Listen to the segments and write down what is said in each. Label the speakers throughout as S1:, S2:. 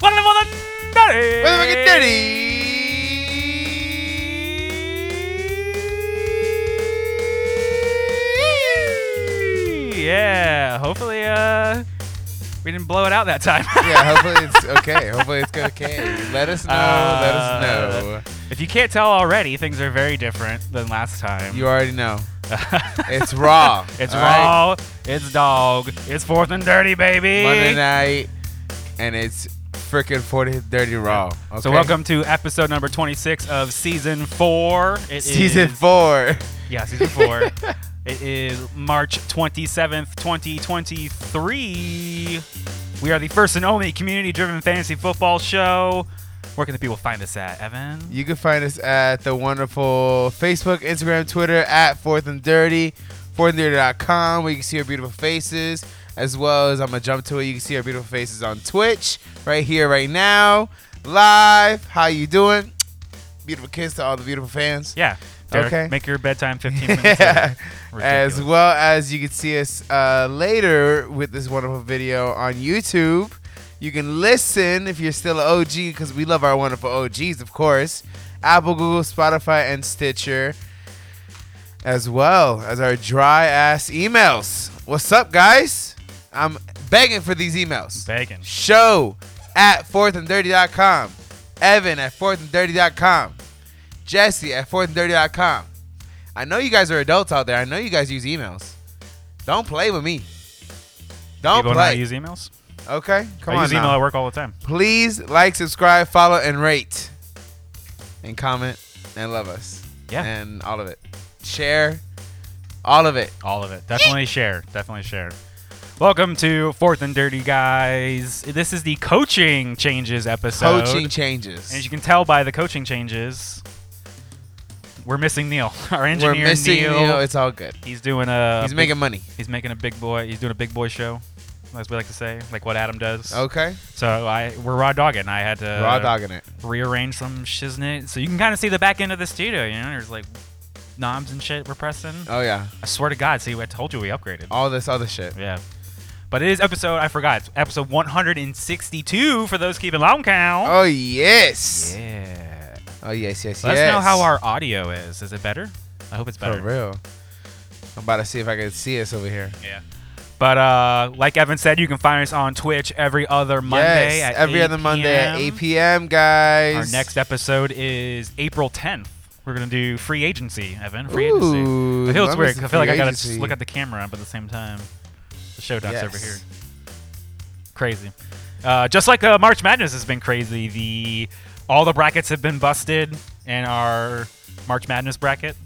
S1: What the fucking dirty?
S2: What the fucking
S1: dirty? Yeah. Hopefully, uh, we didn't blow it out that time.
S2: yeah, hopefully it's okay. Hopefully it's okay. Let us know. let
S1: Uh,
S2: us know.
S1: If you can't tell already, things are very different than last time.
S2: You already know. It's raw.
S1: it's
S2: all right?
S1: raw. It's dog. It's fourth and dirty, baby.
S2: Monday night, and it's freaking 40 Dirty Raw. Okay?
S1: So welcome to episode number 26 of season four. It is-
S2: Season four.
S1: Yeah, season four. it is March 27th, 2023. We are the first and only community-driven fantasy football show. Where can the people find us at, Evan?
S2: You can find us at the wonderful Facebook, Instagram, Twitter at Fourth and Dirty, fourthanddirty.com, where you can see our beautiful faces, as well as I'm gonna jump to it. You can see our beautiful faces on Twitch, right here, right now, live. How you doing? Beautiful kiss to all the beautiful fans.
S1: Yeah. Derek,
S2: Okay.
S1: Make your bedtime 15 minutes.
S2: Yeah.
S1: early.
S2: as
S1: Ridiculous.
S2: well as you can see us uh, later with this wonderful video on YouTube. You can listen if you're still an OG because we love our wonderful OGs, of course. Apple, Google, Spotify, and Stitcher, as well as our dry ass emails. What's up, guys? I'm begging for these emails
S1: Begging.
S2: show at fourthanddirty.com, Evan at fourthanddirty.com, Jesse at fourthanddirty.com. I know you guys are adults out there. I know you guys use emails. Don't play with me. Don't
S1: People know how
S2: play.
S1: to use emails.
S2: okay, come
S1: I
S2: on
S1: use email
S2: now.
S1: at work all the time.
S2: Please like, subscribe, follow, and rate, and comment, and love us,
S1: Yeah.
S2: and all of it. Share, all of it.
S1: All of it. Definitely share. Definitely share. Welcome to Fourth and Dirty Guys. This is the coaching changes episode.
S2: Coaching
S1: And as
S2: changes.
S1: you can tell by the coaching changes, we're missing Neil. Our engineer Uh,
S2: We're missing
S1: Neil.
S2: Neil. It's all good.
S1: He's doing a
S2: He's
S1: big-
S2: making money.
S1: he's making a big boy he's doing a big boy show, as we like to say, like what Adam does.
S2: Okay,
S1: So I we're raw dogging. I had to
S2: Oh. raw dogging it.
S1: rearrange some shiznit. So you can kind of see the back end of the studio, you know, there's like knobs and shit we're pressing.
S2: Oh yeah.
S1: I swear to God, see I told you we upgraded.
S2: all this other shit.
S1: Yeah. But it is episode, I forgot, it's episode 162 for those keeping long count.
S2: Oh yes.
S1: Yeah.
S2: Oh yes, yes,
S1: Let
S2: yes. Oh,
S1: us know how our audio is. Is it better? I hope it's
S2: for
S1: better.
S2: real. I'm about to see if I can see us over here.
S1: Yeah. But uh, like Evan said, you can find us on Twitch every other Monday at
S2: yes, every
S1: 8
S2: other Monday at 8
S1: p.m.
S2: p.m. guys.
S1: Our next episode is April 10th. We're gonna do free agency, Evan. Free agency.
S2: Ooh,
S1: I feel it's
S2: love
S1: weird.
S2: us
S1: 'cause I feel like
S2: free
S1: I gotta
S2: agency.
S1: just look at the camera, but at the same time, the show docs
S2: Yes.
S1: over here. Crazy. Uh, just like uh, March Madness has been crazy. The all the brackets have been busted in our March Madness bracket.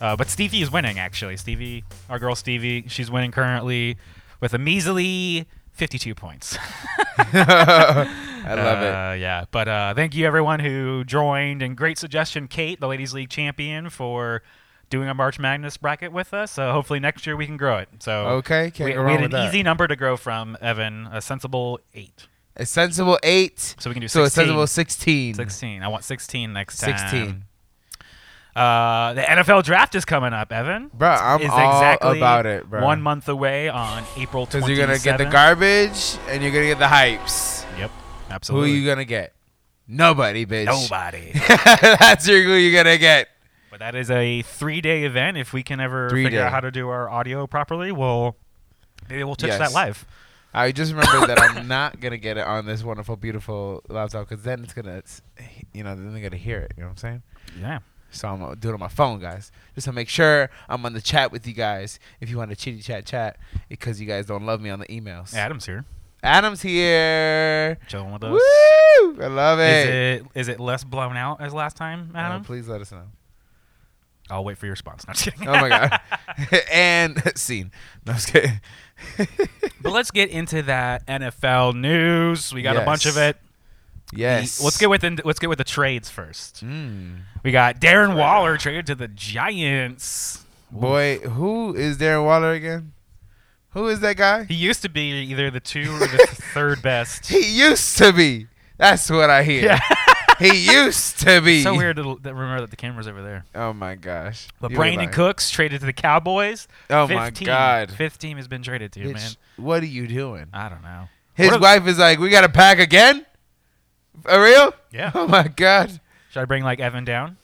S1: Uh, but Stevie is winning actually. Stevie, our girl Stevie, she's winning currently with a measly 52 points.
S2: I love it.
S1: Uh, yeah, but uh, thank you everyone who joined, and great suggestion, Kate, the Ladies League champion, for doing a March Madness bracket with us. So hopefully next year we can grow it. So
S2: Okay, can't
S1: we,
S2: go
S1: we
S2: wrong
S1: had
S2: with
S1: an
S2: that.
S1: easy number to grow from, Evan, a sensible eight.
S2: A sensible eight.
S1: So we can do
S2: So a
S1: 16.
S2: sensible 16.
S1: 16. I want 16 next time.
S2: 16.
S1: Uh, the NFL draft is coming up, Evan.
S2: Bro, I'm
S1: is
S2: all
S1: exactly
S2: about it, bro.
S1: One month away on April 27th.
S2: Because you're gonna get the garbage and you're gonna get the hypes.
S1: Yep,
S2: Who
S1: absolutely.
S2: you gonna get? Nobody, bitch.
S1: Nobody.
S2: That's your who you're gonna get.
S1: But that is a three-day event. If we can ever
S2: Three
S1: figure
S2: day.
S1: out how to do our audio properly, we'll maybe we'll touch that
S2: Yes.
S1: live.
S2: I just remember that I'm not gonna get it on this wonderful, beautiful laptop because then it's gonna, it's- you know, then they're gonna hear it. You know what I'm saying?
S1: Yeah.
S2: So I'm gonna do it on my phone, guys, just to make sure I'm on the chat with you guys. If you want to chitty chat chat, because you guys don't love me on the emails.
S1: Adam's here,
S2: Adam's here.
S1: chilling with us.
S2: Woo! I love
S1: Is
S2: it.
S1: it is it less blown out as last time,
S2: Oh,
S1: Adam?
S2: please let us know.
S1: I'll wait for your response. No, I'm just kidding.
S2: Oh my god. and scene. No, I'm just kidding.
S1: but let's get into that NFL news. We got a bunch of
S2: Yes.
S1: it.
S2: yes.
S1: The- Let's get with in, let's get with the trades first.
S2: Mm.
S1: We got Darren Waller traded to the Giants.
S2: Boy, who is Darren Waller again? Who is that guy?
S1: He used to be either the two or the third best.
S2: He used to be. That's what I hear.
S1: Yeah.
S2: he used to be.
S1: so weird to, to remember that the camera's over there.
S2: Oh my gosh.
S1: But
S2: You were
S1: Brandon
S2: lying.
S1: Cooks traded to the Cowboys.
S2: Oh
S1: Fifth
S2: my
S1: team-
S2: god.
S1: Fifth team has been traded to,
S2: Bitch,
S1: man.
S2: What are you doing?
S1: I don't know.
S2: His
S1: What a-
S2: wife is like, we got to pack again. For real?
S1: Yeah.
S2: Oh my god.
S1: Should I bring like Evan down?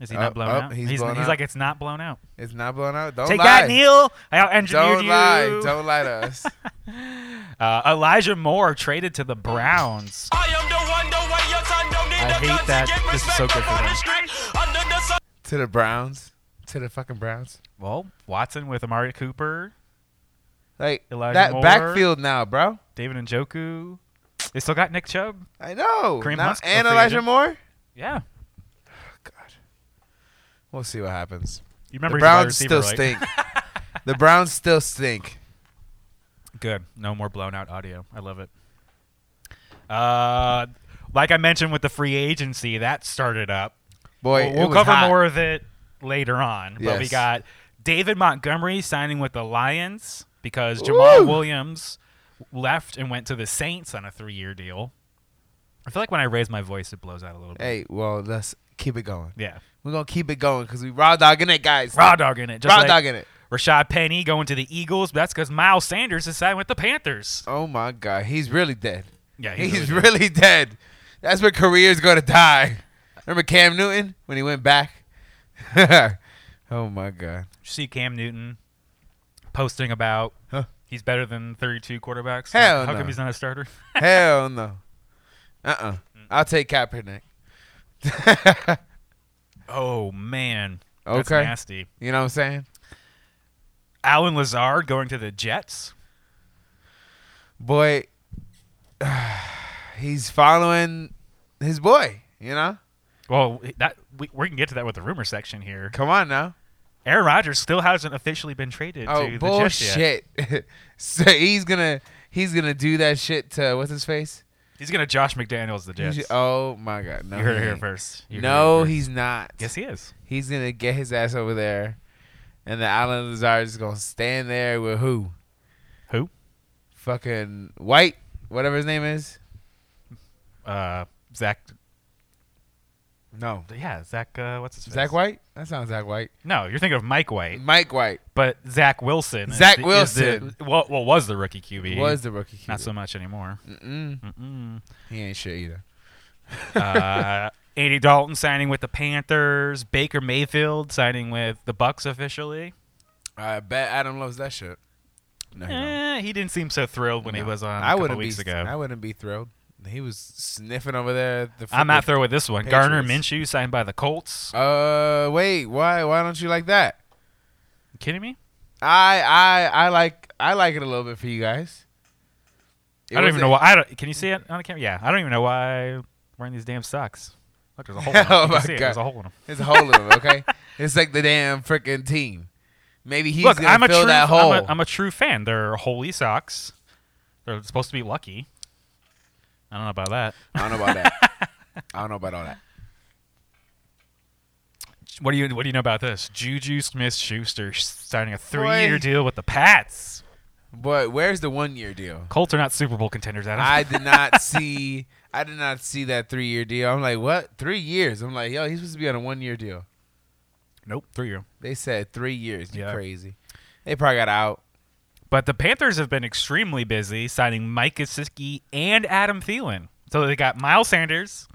S1: Is he
S2: Oh,
S1: not blown
S2: oh,
S1: out?
S2: he's blown out.
S1: like it's not blown out.
S2: It's not blown out. Don't
S1: Take
S2: lie.
S1: that, Neil. I out engineered
S2: Don't
S1: you.
S2: lie. Don't lie to us.
S1: Uh, Elijah Moore traded to the Browns.
S3: I am the one, the way your son don't need
S1: I
S3: the
S1: hate
S3: guns to
S1: that.
S3: get
S1: This is
S3: respect
S1: so good
S3: up
S1: for
S3: on the
S1: them.
S3: street. Under the sun-
S2: to the Browns. To the fucking Browns.
S1: Well, Watson with Amari Cooper,
S2: Like
S1: Elijah
S2: that
S1: Moore.
S2: backfield now, bro.
S1: David and Joku. They still got Nick Chubb.
S2: I know.
S1: Kareem
S2: Now-
S1: Hunt's a
S2: and
S1: free
S2: Elijah
S1: agent.
S2: Moore.
S1: Yeah.
S2: God. We'll see what happens.
S1: You remember he's a
S2: the
S1: wide
S2: Browns
S1: receiver,
S2: still
S1: right?
S2: stink. the Browns still stink.
S1: Good. No more blown out audio. I love it. Uh, like I mentioned with the free agency, that started up.
S2: Boy,
S1: we'll
S2: it
S1: we'll
S2: was
S1: cover
S2: hot.
S1: more of it later on. But we
S2: Yes.
S1: got David Montgomery signing with the Lions because Jamal
S2: Woo!
S1: Williams left and went to the Saints on a three-year deal. I feel like when I raise my voice, it blows out a little bit.
S2: Hey, well, let's keep it going.
S1: Yeah,
S2: We're gonna keep it going because we raw dogging it, guys.
S1: raw dog in it. Just
S2: raw
S1: like
S2: dogging it.
S1: Rashad Penny going to the Eagles. But that's because Miles Sanders is signing with the Panthers.
S2: Oh my god, he's really dead.
S1: Yeah,
S2: He's,
S1: he's really
S2: really, dead. That's where careers go to die. Remember Cam Newton when he went back? oh my god.
S1: You see Cam Newton posting about
S2: Huh.
S1: he's better than 32 quarterbacks.
S2: Hell
S1: How
S2: no.
S1: come he's not a starter?
S2: Hell no. Uh uh-uh. uh. i will take Kaepernick.
S1: oh man, that's
S2: Okay.
S1: nasty.
S2: you know what I'm saying?
S1: Alan Lazard going to the Jets.
S2: Boy, he's following his boy. You know?
S1: Well, that we, we can get to that with the rumor section here.
S2: Come on now.
S1: Aaron Rodgers still hasn't officially been traded
S2: Oh
S1: to the Jets yet.
S2: bullshit. so he's gonna he's gonna do that shit to what's his face?
S1: He's gonna Josh McDaniels the Jets.
S2: He's- Oh my god. No,
S1: you heard it
S2: he
S1: here
S2: ain't.
S1: first. You heard it
S2: No,
S1: here first.
S2: he's not.
S1: yes he is.
S2: He's gonna get his ass over there, and the Alan Lazard is gonna stand there with who?
S1: Who?
S2: Fucking White, whatever his name is.
S1: Uh, Zach.
S2: No,
S1: Yeah, Zach. Uh, what's his face?
S2: Zach White. That sounds Zach White.
S1: No, you're thinking of Mike White,
S2: Mike White
S1: but Zach Wilson. is
S2: Zach
S1: the- is the-
S2: Wilson.
S1: well, well, was the rookie QB.
S2: was the Mm. rookie.
S1: not Mm.
S2: QB.
S1: so much anymore.
S2: Mm-mm.
S1: Mm-mm.
S2: He ain't shit either.
S1: uh, Andy Dalton signing with the Panthers. Baker Mayfield signing with the Bucks officially.
S2: I bet Adam loves that shit. No, he don't.
S1: Eh, he didn't seem so thrilled when he
S2: No.
S1: was on a
S2: I
S1: couple
S2: wouldn't
S1: weeks
S2: be,
S1: ago.
S2: I wouldn't be thrilled. He was sniffing over there. at The
S1: I'm not
S2: frickin-
S1: thrilled with this one. Garner
S2: Patriots.
S1: Minshew signed by the Colts.
S2: Uh, wait. Why? Why don't you like that?
S1: You kidding me?
S2: I, I, I like, I like it a little bit for you guys. It
S1: I don't
S2: was
S1: even
S2: a-
S1: know why. I don't, can you see it on the camera? Yeah, I don't even know why I'm wearing these damn socks. Look, there's a hole. In 'em.
S2: Oh
S1: You can
S2: my
S1: see it.
S2: God.
S1: There's a hole in 'em.
S2: It's a whole of them, okay? it's like the damn freaking team. Maybe he's
S1: Look,
S2: gonna
S1: I'm a
S2: fill
S1: true.
S2: that hole.
S1: I'm, a, I'm a true fan. They're holy socks. They're supposed to be lucky. I don't know about that.
S2: I don't know about that. I don't know about all that.
S1: What do you What do you know about this? Juju Smith Schuster signing a three
S2: Boy.
S1: year deal with the Pats.
S2: But where's the one year deal?
S1: Colts are not Super Bowl contenders. Adam.
S2: I did not see. I did not see that three year deal. I'm like, what? Three years? I'm like, yo, he's supposed to be on a one year deal.
S1: nope, three year.
S2: They said three years. You
S1: Yeah.
S2: crazy? They probably got out.
S1: But the Panthers have been extremely busy signing Mike Gesicki and Adam Thielen. So they got Miles Sanders,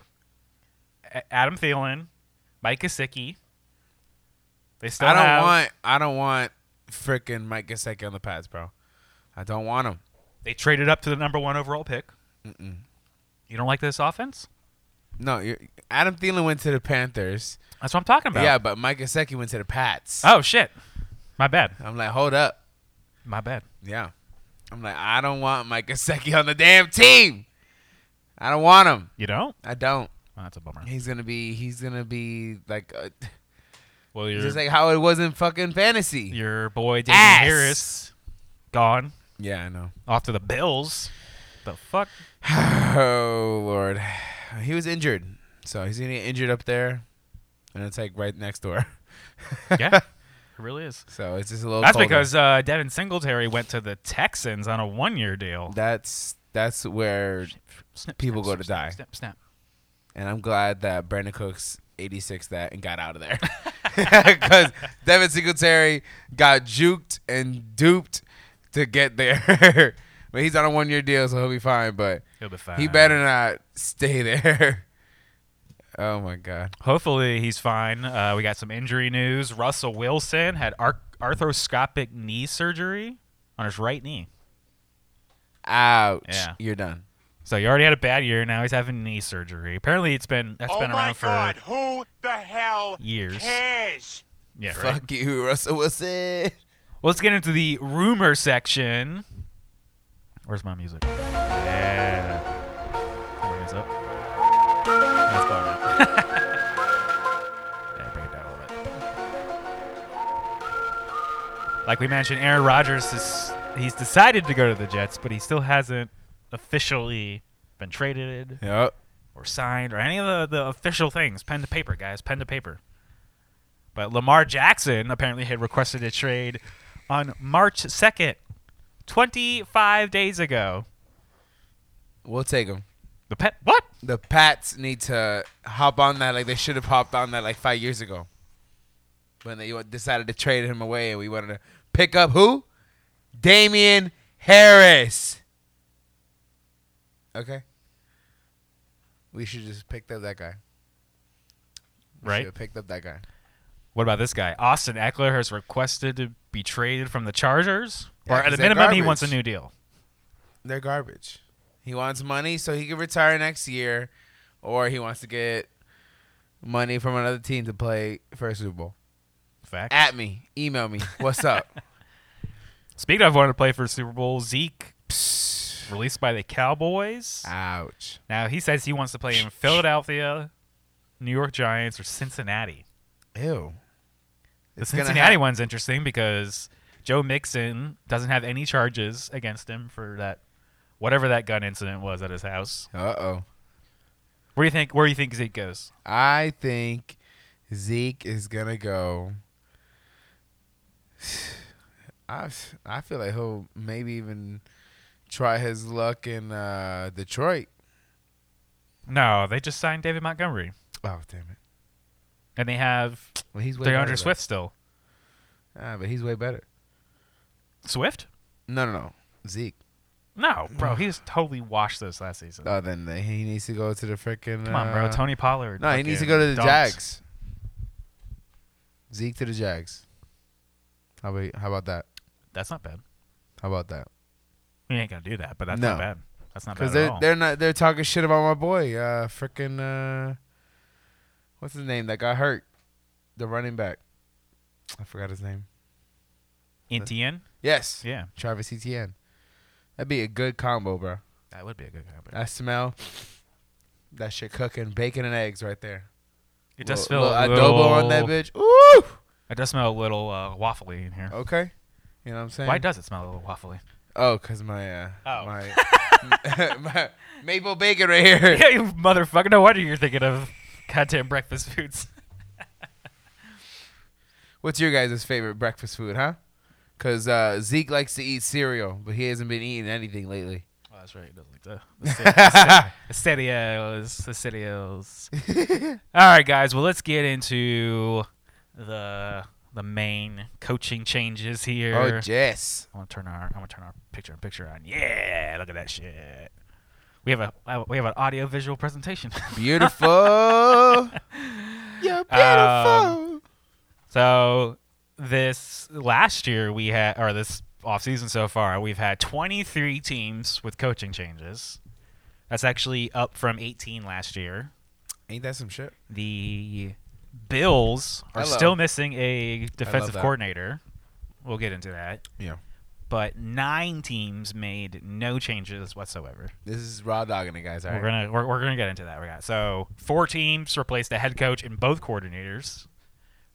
S1: A- Adam Thielen, Mike Gesicki. They still
S2: I don't
S1: have-
S2: want. I don't want freaking Mike Gesicki on the pads, bro. I don't want him.
S1: They traded up to the number one overall pick. You don't like this offense?
S2: No, you're, Adam Thielen went to the Panthers.
S1: That's what I'm talking about.
S2: Yeah, but Mike Gesicki went to the Pats.
S1: Oh shit. My bad.
S2: I'm like, hold up.
S1: My bad.
S2: Yeah. I'm like, I don't want Mike Gesicki on the damn team. I don't want him.
S1: You don't?
S2: I don't.
S1: Oh, that's a bummer.
S2: He's gonna be. He's gonna be like, uh,
S1: Well, you're
S2: just like how it was in fucking fantasy.
S1: your boy Damian
S2: Ass.
S1: Harris gone
S2: Yeah, I know.
S1: off to the Bills. The fuck?
S2: Oh lord, he was injured, so he's gonna get injured up there, and it's like right next door.
S1: Yeah, it really is.
S2: So it's just a little.
S1: That's
S2: colder.
S1: because uh, Devin Singletary went to the Texans on a one-year deal.
S2: that's that's where,
S1: Snip,
S2: people
S1: snip,
S2: go to
S1: snip,
S2: die.
S1: Snip, snap.
S2: and I'm glad that Brandon Cooks 86 that and got out of there, because Devin Singletary got juked and duped to get there. but he's on a one year deal, so he'll be fine. But
S1: He'll be fine.
S2: He better not stay there. oh my god.
S1: Hopefully he's fine. Uh, we got some injury news. Russell Wilson had ar- arthroscopic knee surgery on his right knee.
S2: Ouch.
S1: Yeah.
S2: You're done.
S1: So he already had a bad year. Now he's having knee surgery. Apparently it's been that's
S4: oh
S1: been
S4: my
S1: around for
S4: God! Who the hell
S1: years.
S4: cares?
S1: yeah. Right?
S2: Fuck you, Russell Wilson.
S1: Well, let's get into the rumor section. Where's my music? Yeah. Bring this up. That's about it. yeah, bring it down a little bit. Like we mentioned, Aaron Rodgers is he's decided to go to the Jets, but he still hasn't officially been traded
S2: Yep.
S1: or signed or any of the, the official things. Pen to paper, guys. Pen to paper. But Lamar Jackson apparently had requested a trade on March 2nd, 25 days ago.
S2: We'll take him.
S1: The pet. What?
S2: The Pats need to hop on that like they should have hopped on that like five years ago. When they decided to trade him away and we wanted to pick up who? Damian Harris. Okay. We should just picked up that guy. We
S1: Right.
S2: Should have picked up that guy.
S1: What about this guy? Austin Eckler has requested to be traded from the Chargers.
S2: Yeah,
S1: or at
S2: 'cause
S1: the
S2: they're
S1: minimum, he wants a
S2: garbage.
S1: new deal.
S2: They're garbage. He wants money so he can retire next year, or he wants to get money from another team to play for a Super Bowl.
S1: Fact.
S2: At me, email me. What's up?
S1: Speaking of wanting to play for Super Bowl, Zeke released by the Cowboys.
S2: Ah. Ouch.
S1: Now he says he wants to play in Philadelphia, New York Giants, or Cincinnati.
S2: Ew.
S1: The
S2: gonna
S1: Cincinnati
S2: hap-
S1: one's interesting because Joe Mixon doesn't have any charges against him for that whatever that gun incident was at his house.
S2: Uh oh.
S1: Where do you think where do you think Zeke goes?
S2: I think Zeke is gonna go. I I feel like he'll maybe even try his luck in uh, Detroit.
S1: No, they just signed David Montgomery.
S2: Oh damn it!
S1: And they have
S2: Well, he's way
S1: they're
S2: better,
S1: under
S2: though.
S1: Swift still.
S2: Ah, but he's way better.
S1: Swift?
S2: No, no, no. Zeke.
S1: No, bro, he just totally washed this last season.
S2: Oh, then they- he needs to go to the freaking.
S1: Come on, bro. Tony Pollard.
S2: No, he needs to go to the Jags. Zeke to the Jags. How about how about that?
S1: That's not bad.
S2: How about that?
S1: We ain't gonna do that, but that's
S2: No.
S1: not bad. That's not
S2: Because
S1: bad at
S2: they're
S1: all.
S2: they're not they're talking shit about my boy. Uh, freaking uh, what's his name that got hurt? The running back. I forgot his name.
S1: In TN?
S2: Yes,
S1: Yeah.
S2: Travis Etienne. That'd be a good combo, bro.
S1: That would be a good combo.
S2: I smell that shit cooking bacon and eggs right there.
S1: It does
S2: Little-
S1: smell a
S2: little adobo on that
S1: little-
S2: bitch. Ooh.
S1: It does smell a little uh, waffly in here.
S2: Okay. You know what I'm saying?
S1: Why does it smell a little waffly?
S2: Oh, cause my uh,
S1: Oh.
S2: my, my maple bacon right here.
S1: yeah, you motherfucker. No wonder you're thinking of goddamn breakfast foods.
S2: What's your guys' favorite breakfast food, huh? Cause uh, Zeke likes to eat cereal, but he hasn't been eating anything lately. Oh,
S1: Oh, that's right. It doesn't like that. Cereals. The cereals. All right, guys. Well, let's get into the the main coaching changes here.
S2: Oh, Jess.
S1: I want to turn our I want to turn our picture in picture on. Yeah, look at that shit. We have a uh, we have an audio visual presentation.
S2: Beautiful. You're beautiful.
S1: Um, So this last year we had, or this offseason so far, we've had 23 teams with coaching changes. That's actually up from 18 last year.
S2: Ain't that some shit?
S1: The Bills are
S2: Hello.
S1: still missing a defensive
S2: that.
S1: coordinator. We'll get into that.
S2: Yeah.
S1: But nine teams made no changes whatsoever.
S2: This is raw dogging it, guys. All
S1: We're gonna we're, we're gonna get into that. We got so four teams replaced a head coach and both coordinators.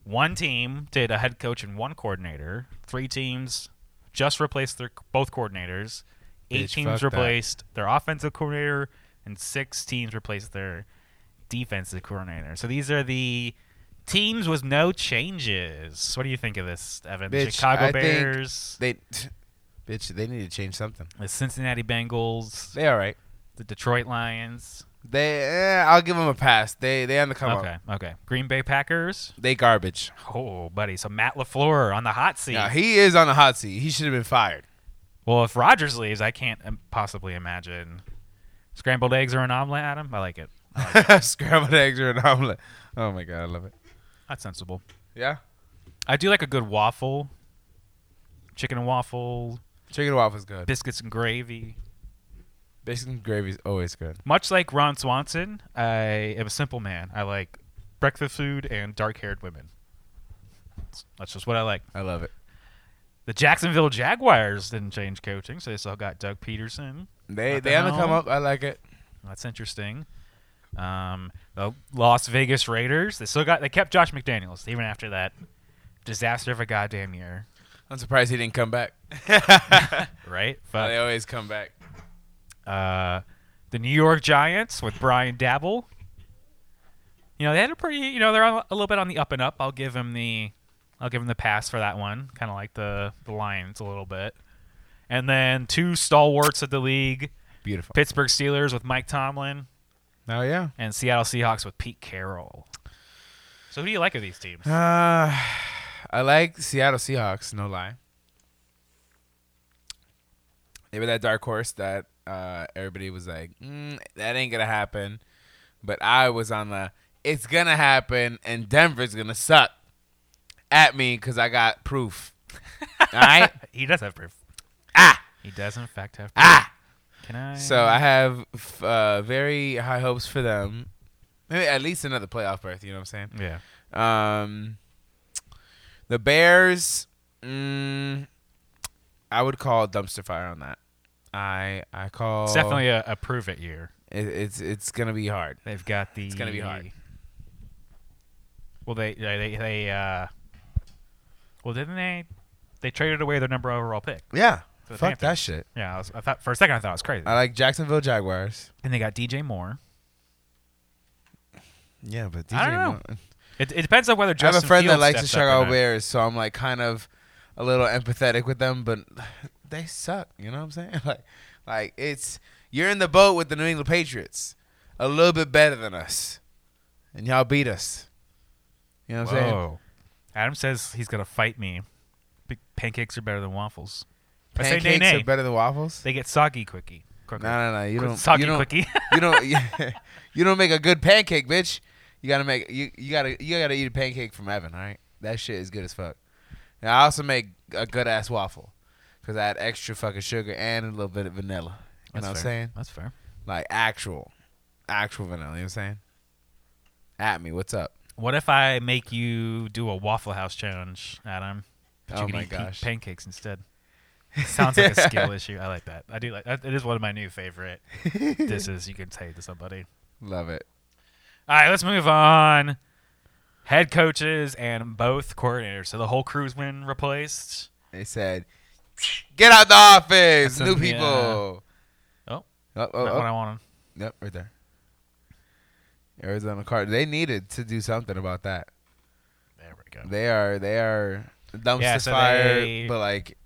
S1: One team did a head coach and one coordinator. Three teams just replaced their both coordinators. Eight
S2: Bitch, fuck
S1: teams
S2: that.
S1: replaced their offensive coordinator, and six teams replaced their defensive coordinator. So these are the teams with no changes. What do you think of this, Evan? The
S2: Bitch,
S1: Chicago
S2: I think
S1: Bears,
S2: They, bitch, they need to change something.
S1: the Cincinnati Bengals,
S2: They all right.
S1: the Detroit Lions.
S2: They, eh, I'll give them a pass. They, they on the come
S1: okay,
S2: up.
S1: okay. Green Bay Packers.
S2: They garbage.
S1: Oh, buddy. So Matt LaFleur on the hot seat.
S2: Now he is on the hot seat. He should have been fired.
S1: well, if Rogers leaves, I can't um, possibly imagine Scrambled eggs or an omelet, Adam? I like it.
S2: Scrambled eggs or an omelet. Oh my god, I love it.
S1: That's sensible.
S2: Yeah,
S1: I do like a good waffle, chicken and waffle,
S2: chicken and waffles good.
S1: biscuits and gravy.
S2: Bacon and gravy is always good.
S1: Much like Ron Swanson, I am a simple man. I like breakfast food and dark-haired women. That's just what I like.
S2: I love it.
S1: The Jacksonville Jaguars didn't change coaching, so they still got Doug Peterson.
S2: They
S1: What the
S2: they haven't come
S1: hell?
S2: up. I like it.
S1: That's interesting. Um, the Las Vegas Raiders. They still got. They kept Josh McDaniels even after that disaster of a goddamn year,
S2: I'm surprised he didn't come back.
S1: right?
S2: they
S1: But
S2: always come back.
S1: uh, the New York Giants with Brian Dabble. You know they had a pretty. You know they're on, a little bit on the up and up. I'll give him the. I'll give him the pass for that one. Kind of like the the Lions a little bit. And then two stalwarts of the league,
S2: Beautiful.
S1: Pittsburgh Steelers with Mike Tomlin
S2: Oh yeah.
S1: and Seattle Seahawks with Pete Carroll. So who do you like of these teams?
S2: Uh, I like Seattle Seahawks. No lie. They were that dark horse that uh, everybody was like, mm, "That ain't gonna happen," but I was on the "It's gonna happen," and Denver's gonna suck at me because I got proof. All right.
S1: He does have proof.
S2: Ah.
S1: He does in fact have proof.
S2: Ah.
S1: Can I?
S2: So I have f- uh, very high hopes for them. Maybe at least another playoff berth. You know what I'm
S1: yeah.
S2: saying? Um, the Bears. Mm, I would call dumpster fire on that. I I call
S1: It's definitely a, a prove it year.
S2: it, it's it's gonna be hard.
S1: They've got the. It's
S2: gonna be hard.
S1: Well, they they they, they uh. Well, didn't they? They traded away their number overall pick.
S2: Yeah,
S1: For the
S2: fuck that
S1: Panthers.
S2: shit.
S1: Yeah, I, was, I thought for a second I thought it was crazy.
S2: I like Jacksonville Jaguars.
S1: and they got DJ Moore.
S2: Yeah, but
S1: I don't
S2: DJ
S1: know.
S2: Mo-
S1: It, it depends on whether
S2: I
S1: Justin
S2: have a friend that
S1: Fields
S2: likes the
S1: steps up or
S2: Chicago
S1: not.
S2: Bears, so I'm like kind of a little empathetic with them, but they suck. You know what I'm saying? Like, like it's you're in the boat with the New England Patriots, a little bit better than us, and y'all beat us. You know what I'm saying?
S1: Whoa. Adam says he's gonna fight me. Big Pancakes are better than waffles. I say nay
S2: Pancakes
S1: nay.
S2: are better than waffles.
S1: They get soggy quickie. Quicker.
S2: No, no, no. You
S1: Quick-
S2: don't.
S1: soggy
S2: you don't,
S1: quickie.
S2: you don't. you don't make a good pancake, bitch. You gotta make. You you gotta you gotta eat a pancake from Evan. All right, that shit is good as fuck. And I also make a good ass waffle because I had extra fucking sugar and a little bit of vanilla. You know what I'm saying?
S1: That's fair.
S2: Like actual, actual vanilla. You know what I'm saying? At me, what's up?
S1: What if I make you do a Waffle House challenge, Adam? But you
S2: Oh
S1: could
S2: my
S1: eat pe-
S2: gosh.
S1: pancakes instead. Sounds like a skill issue. I like that. I do like that. It is one of my new favorite dishes you can say to somebody.
S2: Love it.
S1: All right, let's move on. Head coaches and both coordinators. So the whole crew's been replaced.
S2: They said, "Get out the office,
S1: That's a-
S2: new
S1: yeah.
S2: people."
S1: Oh,
S2: Oh, oh,
S1: not
S2: oh.
S1: what I wanted.
S2: Yep, right there. Arizona Card. They needed to do something about that.
S1: There we go.
S2: They are they are dumpster
S1: Yeah, so
S2: fire,
S1: they-
S2: but like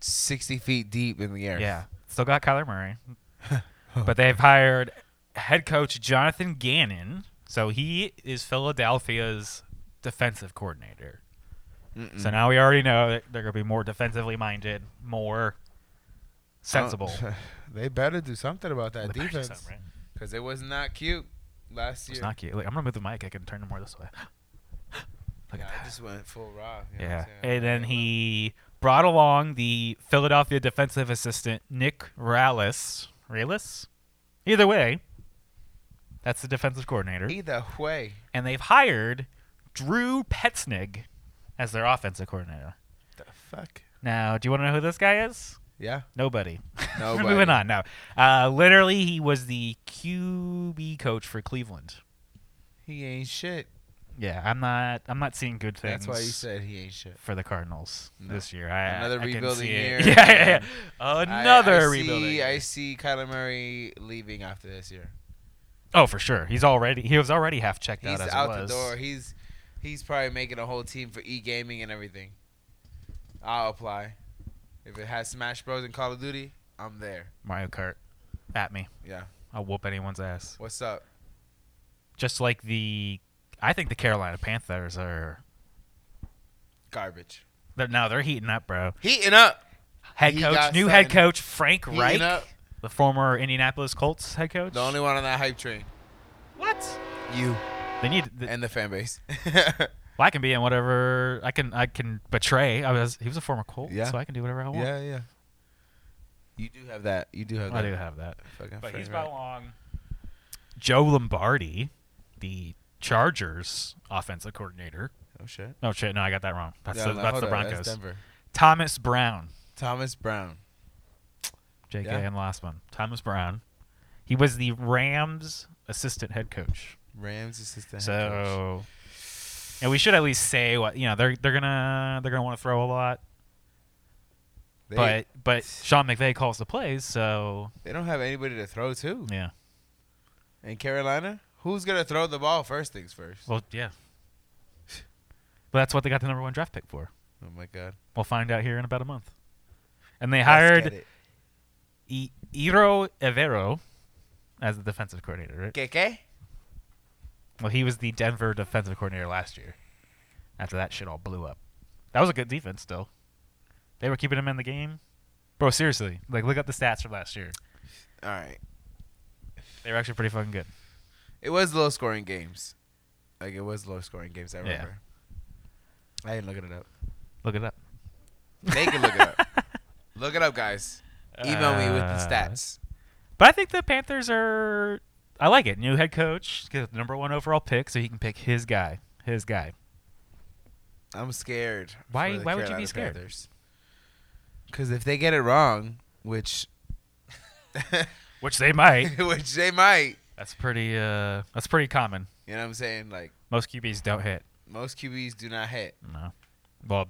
S2: sixty feet deep in the air.
S1: Yeah, still got Kyler Murray, but they've hired head coach Jonathan Gannon. So he is Philadelphia's defensive coordinator. So now we already know that they're going to be more defensively minded, more sensible.
S2: Oh, they better do something about that
S1: They better do
S2: defense
S1: something, right?
S2: because it was not cute last
S1: It's
S2: year.
S1: not cute. Look, I'm going to move the mic. I can turn it more this way. Look
S2: Yeah,
S1: at
S2: I
S1: that.
S2: just went full raw. you know
S1: Yeah.
S2: what I'm saying?
S1: And then he brought along the Philadelphia defensive assistant, Nick Rallis. Rallis? Either way, that's the defensive coordinator.
S2: either way,
S1: And they've hired Drew Petznig as their offensive coordinator.
S2: the fuck.
S1: Now, do you want to know who this guy is?
S2: Yeah,
S1: Nobody.
S2: Nobody.
S1: Moving on. No. Uh, literally, he was the QB coach for Cleveland.
S2: he ain't shit.
S1: Yeah, I'm not. I'm not seeing good things.
S2: That's why you said he ain't shit.
S1: for the Cardinals
S2: No.
S1: this year. I,
S2: Another
S1: I can
S2: rebuilding
S1: see
S2: year.
S1: it. Yeah, yeah, yeah.
S2: I-
S1: Another
S2: I,
S1: rebuilding.
S2: See,
S1: year.
S2: I see Kyler Murray leaving after this year.
S1: oh, for sure. He's already. He was already half checked
S2: He's
S1: out as it
S2: out
S1: was.
S2: the door. He's he's probably making a whole team for e gaming and everything. I'll apply. If it has Smash Bros and Call of Duty, I'm there.
S1: Mario Kart at me.
S2: Yeah.
S1: I'll whoop anyone's ass.
S2: What's up?
S1: Just like the. I think the Carolina Panthers are.
S2: Garbage.
S1: They're, no, they're heating up, bro.
S2: Heating up.
S1: Head
S2: He
S1: coach,
S2: got
S1: new head
S2: something.
S1: coach Frank
S2: Heating
S1: Reich
S2: up.
S1: the former Indianapolis Colts head coach.
S2: The only one on that hype train.
S1: what?
S2: You
S1: They need. th-
S2: and the fan base.
S1: well, I can be in whatever I can. I can betray. I was. He was a former Colt,
S2: Yeah.
S1: so I can do whatever I want.
S2: yeah, yeah. You do have that. You do have
S1: I
S2: that.
S1: do have that.
S2: Fucking
S1: But he's
S2: friend,
S1: brought
S2: right?
S1: along Joe Lombardi, the Chargers offensive coordinator.
S2: Oh shit.
S1: No shit, no, I got that wrong. That's
S2: Yeah,
S1: the,
S2: no,
S1: that's
S2: hold
S1: the
S2: on,
S1: Broncos.
S2: Denver.
S1: Thomas Brown,
S2: Thomas Brown.
S1: JK,
S2: Yeah.
S1: and last one, Thomas Brown. He was the Rams assistant head coach.
S2: Rams assistant. head coach.
S1: So, and we should at least say what you know. They're they're gonna they're gonna want to throw a lot,
S2: they,
S1: but but Sean McVay calls the plays, so
S2: they don't have anybody to throw to.
S1: yeah.
S2: In Carolina, who's gonna throw the ball first? Things first.
S1: Well, yeah. But that's what they got the number one draft pick for.
S2: Oh my god.
S1: We'll find out here in about a month. And they
S2: Let's get
S1: hired
S2: it.
S1: I- Iro Evero as the defensive coordinator, right?
S2: ¿Qué, qué?
S1: Well, he was the Denver defensive coordinator last year. After that shit all blew up, that was a good defense still. They were keeping him in the game, bro. Seriously, like look up the stats from last year.
S2: All right.
S1: They were actually pretty fucking good.
S2: It was low scoring games. Like it was low scoring games. I
S1: Yeah.
S2: remember. I ain't looking it up.
S1: Look it up.
S2: They can look it up. Look it up, guys. Email me with the
S1: Uh,
S2: stats.
S1: But I think the Panthers are. I like it. New head coach, get the number one overall pick, so he can pick his guy. His guy.
S2: I'm scared.
S1: Why-
S2: for the
S1: why would you be
S2: Carolina
S1: scared?
S2: Panthers. Because if they get it wrong, which
S1: Which they might.
S2: which they might,
S1: that's pretty. Uh, that's pretty common.
S2: you know what I'm saying? Like
S1: Most QBs don't hit.
S2: most QBs do not hit.
S1: No. Well,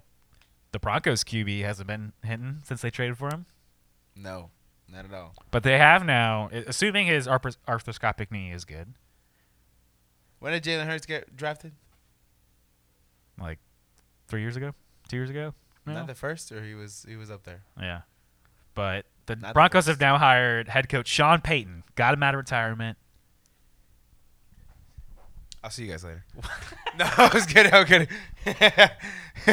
S1: the Broncos QB hasn't been hitting since they traded for him,
S2: No, not at all.
S1: but they have now. a- Assuming his arthros- arthroscopic knee is good,
S2: When did Jalen Hurts get drafted?
S1: like three years ago, two years ago. No?
S2: Not the first, or he was he was up there.
S1: yeah. But the
S2: Not the
S1: Broncos have
S2: first.
S1: now hired head coach Sean Payton. Got him out of retirement.
S2: I'll see you guys later. no, I was kidding. I'm kidding.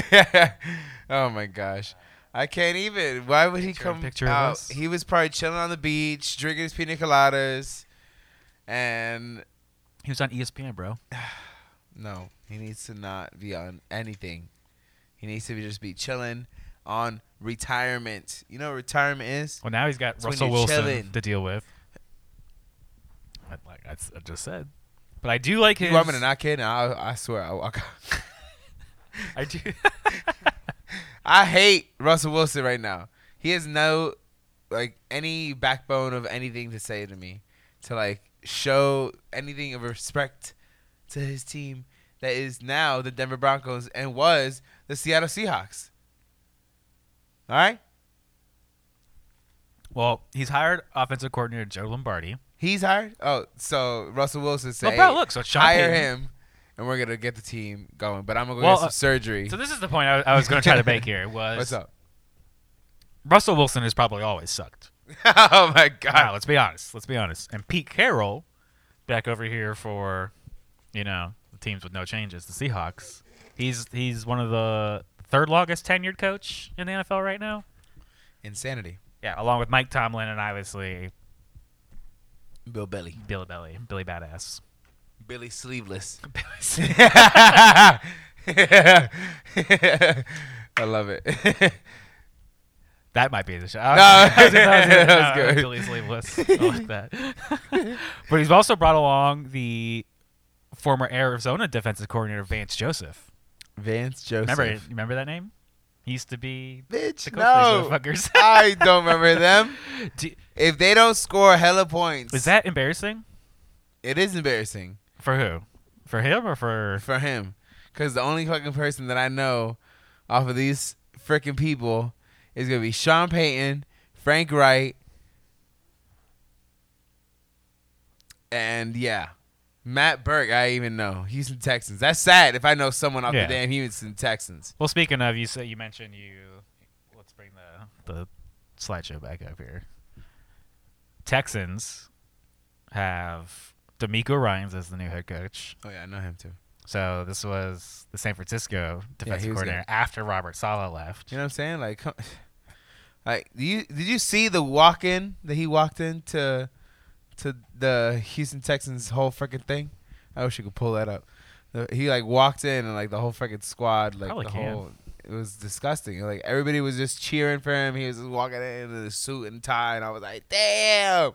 S2: oh my gosh, I can't even. Why would he
S1: Picture in
S2: come
S1: picture of
S2: out?
S1: us.
S2: He was probably chilling on the beach, drinking his pina coladas, and
S1: He was on E ESPN, bro.
S2: no, he needs to not be on anything. He needs to be just be chilling on retirement. You know what retirement is?
S1: Well, now he's got
S2: It's when
S1: Russell
S2: you're
S1: Wilson
S2: chilling.
S1: to deal with. I- Like I, s- I just said, but I do like his.
S2: You want me to not kid? I, I swear I'll walk out.
S1: I do.
S2: I hate Russell Wilson right now. He has no like any backbone of anything to say to me to like show anything of respect to his team that is now the Denver Broncos and was the Seattle Seahawks. All right?
S1: well, he's hired offensive coordinator Joe Lombardi.
S2: He's hired. Oh, so Russell Wilson said,
S1: Well, bro, look, so Sean
S2: hire
S1: Payton-
S2: him and we're going to get the team going, but I'm going to go
S1: Well,
S2: get some
S1: uh,
S2: surgery.
S1: So this is the point I, I was going to try to make here was
S2: What's up?
S1: Russell Wilson has probably always sucked.
S2: oh my god.
S1: Now, let's be honest. Let's be honest. And Pete Carroll, back over here for, you know, the teams with no changes, the Seahawks. He's he's one of the third longest tenured coach in the NFL right now.
S2: Insanity.
S1: Yeah, along with Mike Tomlin and obviously
S2: Bill Belly.
S1: Billy Belly, Billy Badass.
S2: Billy Sleeveless.
S1: Billy-
S2: I love it.
S1: that might be the show.
S2: No, that was good.
S1: Billy Sleeveless. I like that. but he's also brought along the former Arizona defensive coordinator Vance Joseph.
S2: Vance Joseph.
S1: Remember, you remember that name? He used to be
S2: Bitch,
S1: the coach
S2: no.
S1: for these motherfuckers.
S2: I don't remember them.
S1: Do,
S2: If they don't score hella points,
S1: is that embarrassing
S2: it is embarrassing
S1: for who? For him or for?
S2: for him. Because the only fucking person that I know off of these freaking people is going to be Sean Payton, Frank Wright, and yeah. Matt Burke, I even know. Houston Texans. That's sad if I know someone off
S1: Yeah.
S2: the damn Houston Texans.
S1: Well, speaking of, you said you mentioned you. Let's bring the the slideshow back up here. Texans have D'Amico Ryan's as the new head coach.
S2: Oh yeah, I know him too.
S1: So this was the San Francisco defensive
S2: was
S1: coordinator after Robert Sala left.
S2: You know what I'm saying? Like, come, Like, do you did you see the walk in that he walked into to the Houston Texans whole freaking thing? I wish you could pull that up. The- He like walked in and like the whole freaking squad, like
S1: Probably
S2: the
S1: can.
S2: whole, it was disgusting. Like everybody was just cheering for him. He was just walking in in a suit and tie, and I was like, damn,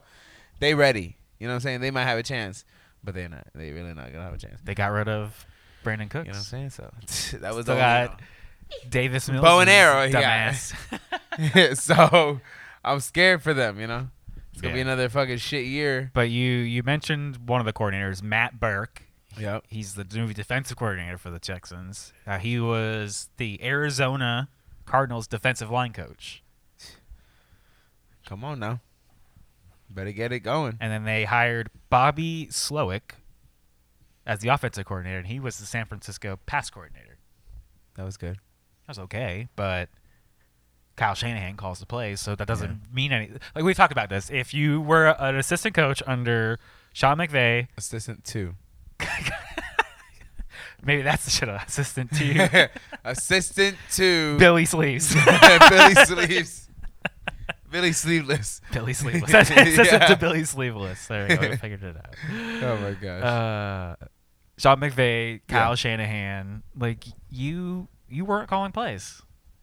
S2: they ready. You know what I'm saying? They might have a chance, but they're not. They really not gonna have a chance.
S1: They got rid of Brandon Cooks.
S2: You know what I'm saying? So that was
S1: Still
S2: all
S1: got Davis Mills.
S2: Bow and
S1: who's
S2: arrow he got.
S1: Dumbass.
S2: so I'm scared for them, you know? It's gonna be
S1: Yeah.
S2: another fucking shit year.
S1: But you you mentioned one of the coordinators, Matt Burke.
S2: Yep.
S1: He's the new defensive coordinator for the Texans. Uh, he was the Arizona Cardinals defensive line coach,
S2: Come on now. Better get it going.
S1: and then they hired Bobby Slowick as the offensive coordinator, and he was the San Francisco pass coordinator.
S2: That was good.
S1: That was okay, but Kyle Shanahan calls the plays, so that doesn't mean any. Like we talked about this. If you were an assistant coach under Sean McVay,
S2: Assistant two.
S1: maybe that's the shit. Assistant to you,
S2: Assistant two.
S1: Billy Sleeves.
S2: Billy Sleeves. Billy Sleeveless.
S1: Billy Sleeveless. That's it. Says it
S2: Yeah.
S1: to Billy Sleeveless. There we go. We figured it out.
S2: Oh my gosh.
S1: Uh, Sean McVay, Kyle
S2: Yeah.
S1: Shanahan, like you, you weren't calling plays.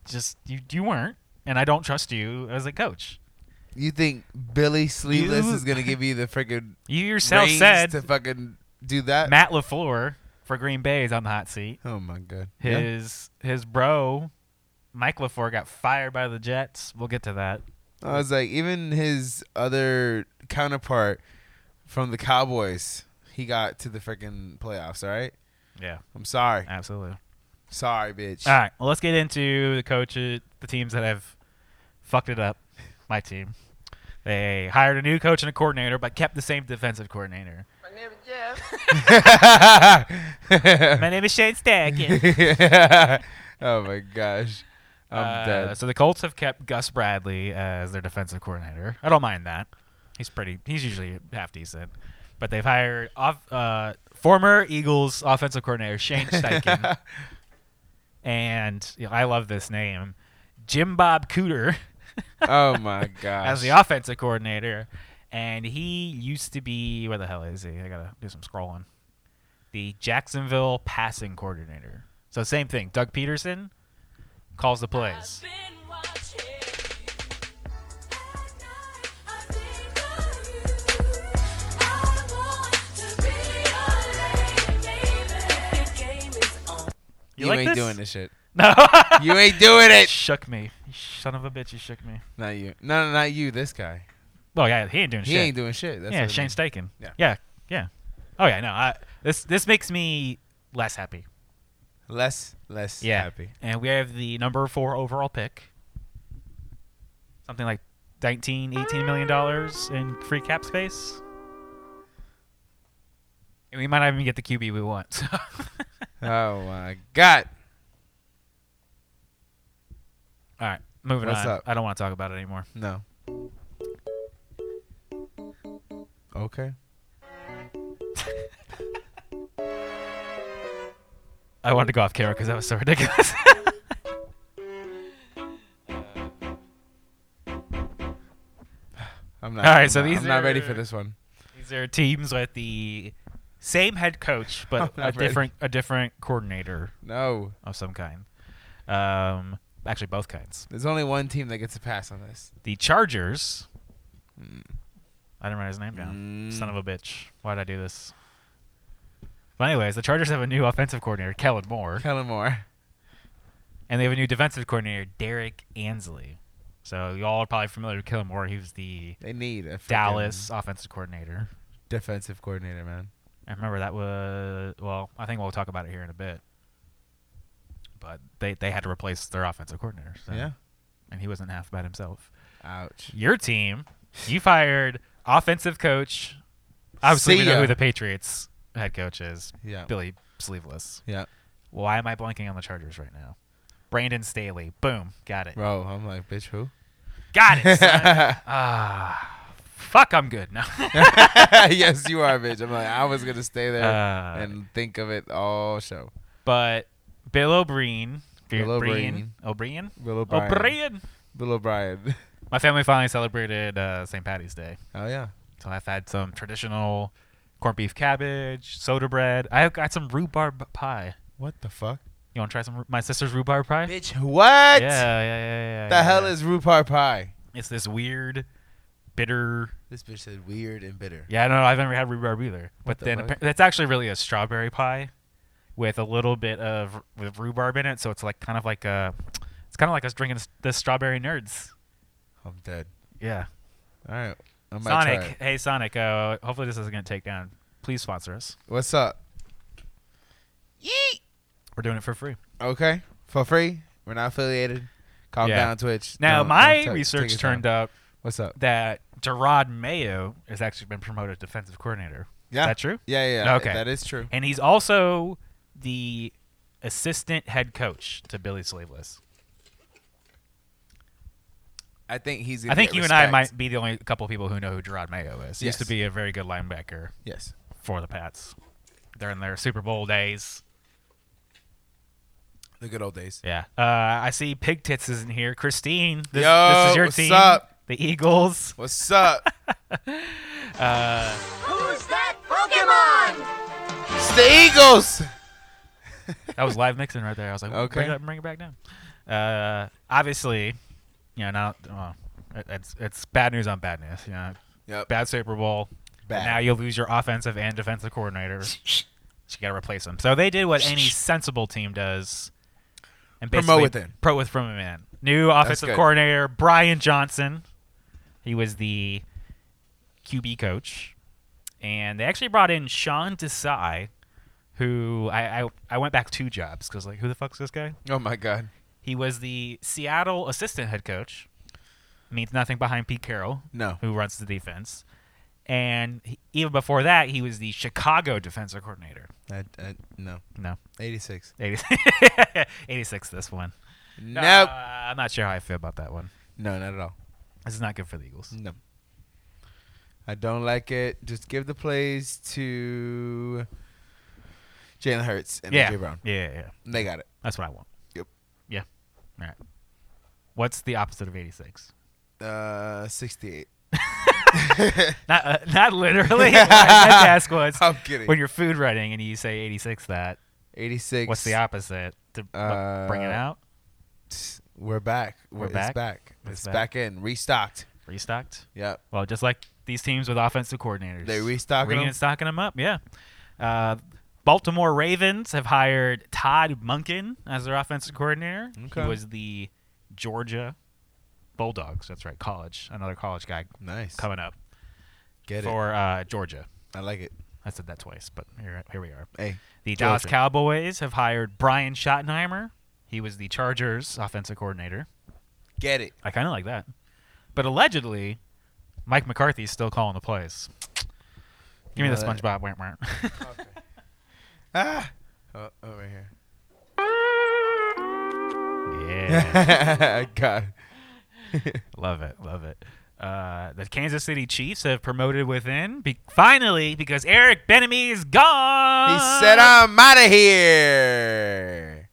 S1: Just you, you weren't, and I don't trust you as a coach.
S2: you think Billy Sleeveless
S1: You-
S2: is gonna give you the freaking
S1: You yourself
S2: reins
S1: said
S2: to fucking do that?
S1: Matt Lafleur for Green Bay is on the hot seat.
S2: oh my god. Yeah.
S1: His his bro, Mike Lafleur, got fired by the Jets. We'll get to that.
S2: I was like, even his other counterpart from the Cowboys, he got to the freaking playoffs. All right,
S1: Yeah,
S2: I'm sorry,
S1: absolutely.
S2: sorry, bitch.
S1: All right, well, let's get into the coaches, the teams that have fucked it up. My team. They hired a new coach and a coordinator, but kept the same defensive coordinator. My name is Shane Steichen.
S2: oh my gosh, I'm
S1: Uh,
S2: dead.
S1: So the Colts have kept Gus Bradley as their defensive coordinator. I don't mind that. He's pretty. He's usually half decent. But they've hired off, uh, former Eagles offensive coordinator Shane Steichen, and you know, I love this name, Jim Bob Cooter.
S2: Oh my gosh.
S1: as the offensive coordinator, and he used to be where the hell is he? I gotta do some scrolling. The Jacksonville passing coordinator. So same thing. Doug Peterson calls the plays. You,
S2: you
S1: like this?
S2: ain't doing this shit.
S1: No.
S2: You ain't doing it.
S1: shook me. You Son of a bitch, you shook me.
S2: Not you. No, no, not you. This guy.
S1: Well, yeah, he ain't doing
S2: He
S1: shit.
S2: ain't doing shit. That's
S1: yeah,
S2: what I
S1: Shane
S2: mean.
S1: Steichen.
S2: Yeah.
S1: yeah, yeah. Oh yeah, no. I, this this makes me less happy.
S2: Less, less
S1: yeah.
S2: happy.
S1: And we have the number four overall pick. Something like 19, 18 million dollars in free cap space. And we might not even get the QB we want. so.
S2: Oh my god.
S1: All right, moving
S2: What's
S1: on.
S2: up?
S1: I don't want to talk about it anymore.
S2: No. Okay.
S1: I wanted to go off camera because that was so ridiculous.
S2: I'm not.
S1: All
S2: All
S1: right,
S2: I'm
S1: so
S2: not,
S1: these
S2: I'm not ready
S1: are-
S2: for this one.
S1: These are teams with the same head coach, but
S2: I'm
S1: a
S2: ready.
S1: different a different coordinator
S2: No,
S1: of some kind. Um, actually, both kinds.
S2: there's only one team that gets a pass on this.
S1: the Chargers. I didn't write his name down. Son of a bitch. Why did I do this? But anyways, the Chargers have a new offensive coordinator, Kellen Moore,
S2: Kellen Moore.
S1: and they have a new defensive coordinator, Derek Ansley. So you all are probably familiar with Kellen Moore. He was the
S2: They need a freaking
S1: Dallas offensive coordinator.
S2: defensive coordinator, man.
S1: I remember that was well. I think we'll talk about it here in a bit. But they, they had to replace their offensive coordinator. So,
S2: Yeah.
S1: and he wasn't half bad himself.
S2: Ouch.
S1: your team, you fired offensive coach. Obviously,
S2: See
S1: we know
S2: ya.
S1: who the Patriots head coach is.
S2: Yeah.
S1: Billy Sleeveless.
S2: Yeah,
S1: Why am I blanking on the Chargers right now? Brandon Staley. Boom. Got it.
S2: bro. I'm like, bitch, who?
S1: Got it. son. Ah, fuck, I'm good now.
S2: yes, you are, bitch. I'm like, I was gonna stay there
S1: Uh,
S2: and think of it all show.
S1: but Bill O'Brien.
S2: Bill O'Brien.
S1: O'Brien. Oh,
S2: Bill O'Brien.
S1: O'Brien.
S2: Bill O'Brien.
S1: My family finally celebrated uh, St. Patty's Day,
S2: Oh yeah.
S1: so I've had some traditional corned beef cabbage, soda bread. I have got some rhubarb pie.
S2: What the fuck?
S1: You want to try some? ru- My sister's rhubarb pie.
S2: Bitch, what?
S1: Yeah, yeah, yeah, yeah.
S2: The
S1: yeah,
S2: hell
S1: yeah.
S2: is Rupar pie?
S1: It's this weird, bitter.
S2: This bitch said weird and bitter.
S1: Yeah, I don't know. I've never had rhubarb either.
S2: What
S1: But
S2: the
S1: then
S2: fuck?
S1: appa- that's actually really a strawberry pie with a little bit of with rhubarb in it. So it's like kind of like a, it's kind of like us drinking s- the strawberry nerds.
S2: I'm dead.
S1: Yeah.
S2: All right. I might Try
S1: Sonic,
S2: it.
S1: hey Sonic. Uh, hopefully this isn't gonna take down. Please sponsor us.
S2: What's up?
S1: We're doing it for free.
S2: Okay. For free. We're not affiliated. Calm
S1: Yeah.
S2: down, Twitch.
S1: Now
S2: Don't-
S1: my
S2: don't ta- take
S1: research
S2: your
S1: turned
S2: time.
S1: up
S2: What's up?
S1: that Gerard Mayo has actually been promoted to defensive coordinator.
S2: Yeah.
S1: Is that true?
S2: Yeah, yeah, yeah.
S1: Okay.
S2: That is true.
S1: And he's also the assistant head coach to Billy Slaveless.
S2: I think he's. Gonna
S1: I think
S2: get
S1: you and I
S2: respect.
S1: might be the only couple people who know who Gerard Mayo is. He Used to
S2: Yes.
S1: be a very good linebacker
S2: Yes.
S1: for the Pats. They're in their Super Bowl days.
S2: The good old days.
S1: Yeah. Uh, I see Pig Tits isn't here. Christine, this,
S2: Yo,
S1: this is your
S2: what's
S1: team.
S2: up?
S1: The Eagles.
S2: What's up?
S1: Uh,
S5: Who's that Pokemon?
S2: it's the Eagles.
S1: That was live mixing right there. I was like,
S2: Okay.
S1: bring it up and bring it back down. Uh, obviously, you know, now well, it- it's it's bad news on bad news. You know,
S2: Yep.
S1: bad Super Bowl. But
S2: Bad.
S1: Now you lose your offensive and defensive coordinators. so you got to replace them. So they did what any sensible team does, and
S2: Promote
S1: basically
S2: within.
S1: Pro with from within. New offensive
S2: good.
S1: coordinator Brian Johnson. He was the QB coach, and they actually brought in Sean Desai, who I I, I went back two jobs because like who the fuck's this guy?
S2: Oh my God.
S1: He was the Seattle assistant head coach. Means nothing behind Pete Carroll,
S2: No.
S1: who runs the defense. And he, even before that, he was the Chicago defensive coordinator.
S2: I, I, no.
S1: No,
S2: 86.
S1: 80, 86 this one.
S2: Nope.
S1: Uh, I'm not sure how I feel about that one.
S2: No, not at all.
S1: This is not good for the Eagles.
S2: No. I don't like it. Just give the plays to Jalen Hurts and
S1: yeah.
S2: AJ Brown.
S1: yeah, yeah, yeah.
S2: They got it.
S1: That's what I want.
S2: Yep.
S1: Yeah. All right. What's the opposite of 86?
S2: Uh, 68.
S1: Not uh, not literally. what I meant to ask was
S2: I'm kidding.
S1: when you're food running and you say 86 that
S2: 86.
S1: What's the opposite? To uh, bring it
S2: Uh,
S1: out?
S2: We're back.
S1: We're
S2: it's
S1: back?
S2: back.
S1: It's
S2: It's,
S1: back.
S2: back. in. Restocked.
S1: Restocked?
S2: Yep.
S1: Well, just like these teams with offensive coordinators.
S2: They restocking 'em?
S1: Regan is stocking them up, yeah. Uh, Baltimore Ravens have hired Todd Munkin as their offensive coordinator.
S2: Okay.
S1: He was the Georgia Bulldogs. That's right, college. Another college guy
S2: Nice.
S1: coming up
S2: Get
S1: for uh, Georgia.
S2: it. I like it.
S1: I said that twice, but here, here we are.
S2: Hey.
S1: The Dallas
S2: Georgia.
S1: Cowboys have hired Brian Schottenheimer. He was the Chargers offensive coordinator.
S2: Get it.
S1: I kind of like that. But allegedly, Mike McCarthy's still calling the plays. Give me
S2: know
S1: the
S2: that-
S1: SpongeBob. wah, wah.
S2: Ah. Oh, over here.
S1: yeah,
S2: God.
S1: love it, love it. Uh, the Kansas City Chiefs have promoted within be- finally because Eric Bieniemy is gone.
S2: He said, I'm out of here.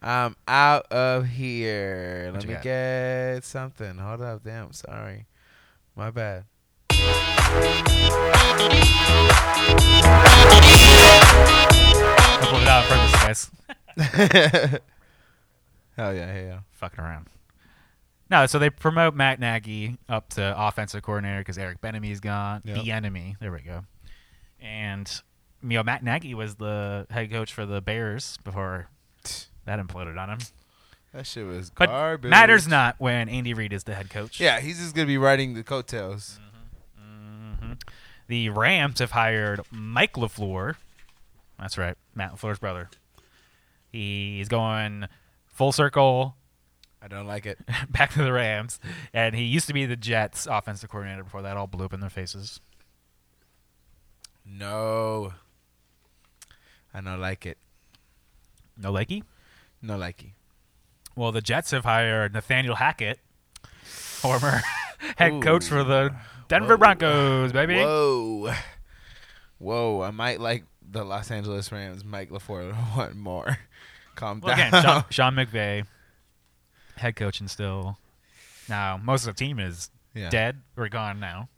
S2: I'm out of here.
S1: What
S2: Let
S1: you
S2: me
S1: got?
S2: get something. Hold up. Damn. Sorry. My bad.
S1: I pulled it out in front of us, guys.
S2: Hell yeah. Hell yeah.
S1: Fucking around. No, so they promote Matt Nagy up to offensive coordinator because Eric Bieniemy is gone.
S2: Yep.
S1: The enemy. There we go. And you know Matt Nagy was the head coach for the Bears before that imploded on him.
S2: That shit was
S1: But
S2: garbage.
S1: matters not when Andy Reid is the head coach.
S2: Yeah, he's just going to be riding the coattails.
S1: The Rams have hired Mike LaFleur. That's right, Matt LaFleur's brother. He's going full circle
S2: I don't like it.
S1: back to the Rams. And he used to be the Jets offensive coordinator before that all blew up in their faces.
S2: No. I don't like it.
S1: No likey.
S2: No likey.
S1: Well, the Jets have hired Nathaniel Hackett, former head coach
S2: Ooh.
S1: for the Denver
S2: Whoa.
S1: Broncos, baby.
S2: Whoa. Whoa. I might like the Los Angeles Rams, Mike LaFleur, one more. Calm
S1: Well, again,
S2: down.
S1: Sean, Sean McVay, head coach and still Now most of the team is
S2: Yeah.
S1: dead or gone now.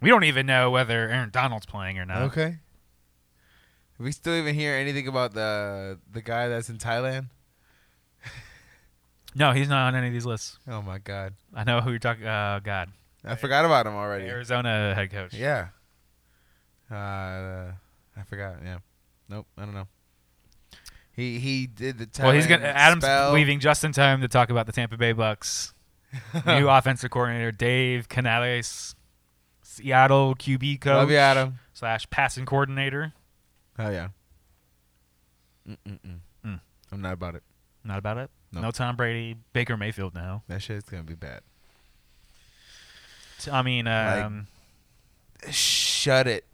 S1: We don't even know whether Aaron Donald's playing or not.
S2: Okay. Uh, We still even hear anything about the the guy that's in Thailand?
S1: No, he's not on any of these lists.
S2: Oh my god,
S1: I know who you're talking. Oh God,
S2: I forgot about him already.
S1: Arizona head coach.
S2: Yeah. Uh, I forgot. Yeah. Nope. I don't know. He he did the Thailand
S1: Well, he's gonna. Adam's
S2: spell.
S1: leaving just in time to talk about the Tampa Bay Bucks. New offensive coordinator Dave Canales, Seattle QB coach
S2: Love you, Adam.
S1: slash passing coordinator.
S2: Oh yeah. Mm-mm-mm.
S1: Mm.
S2: I'm not about it.
S1: Not about it.
S2: No.
S1: no Tom Brady, Baker Mayfield now.
S2: That shit's gonna be bad.
S1: T- I mean, um,
S2: Shut it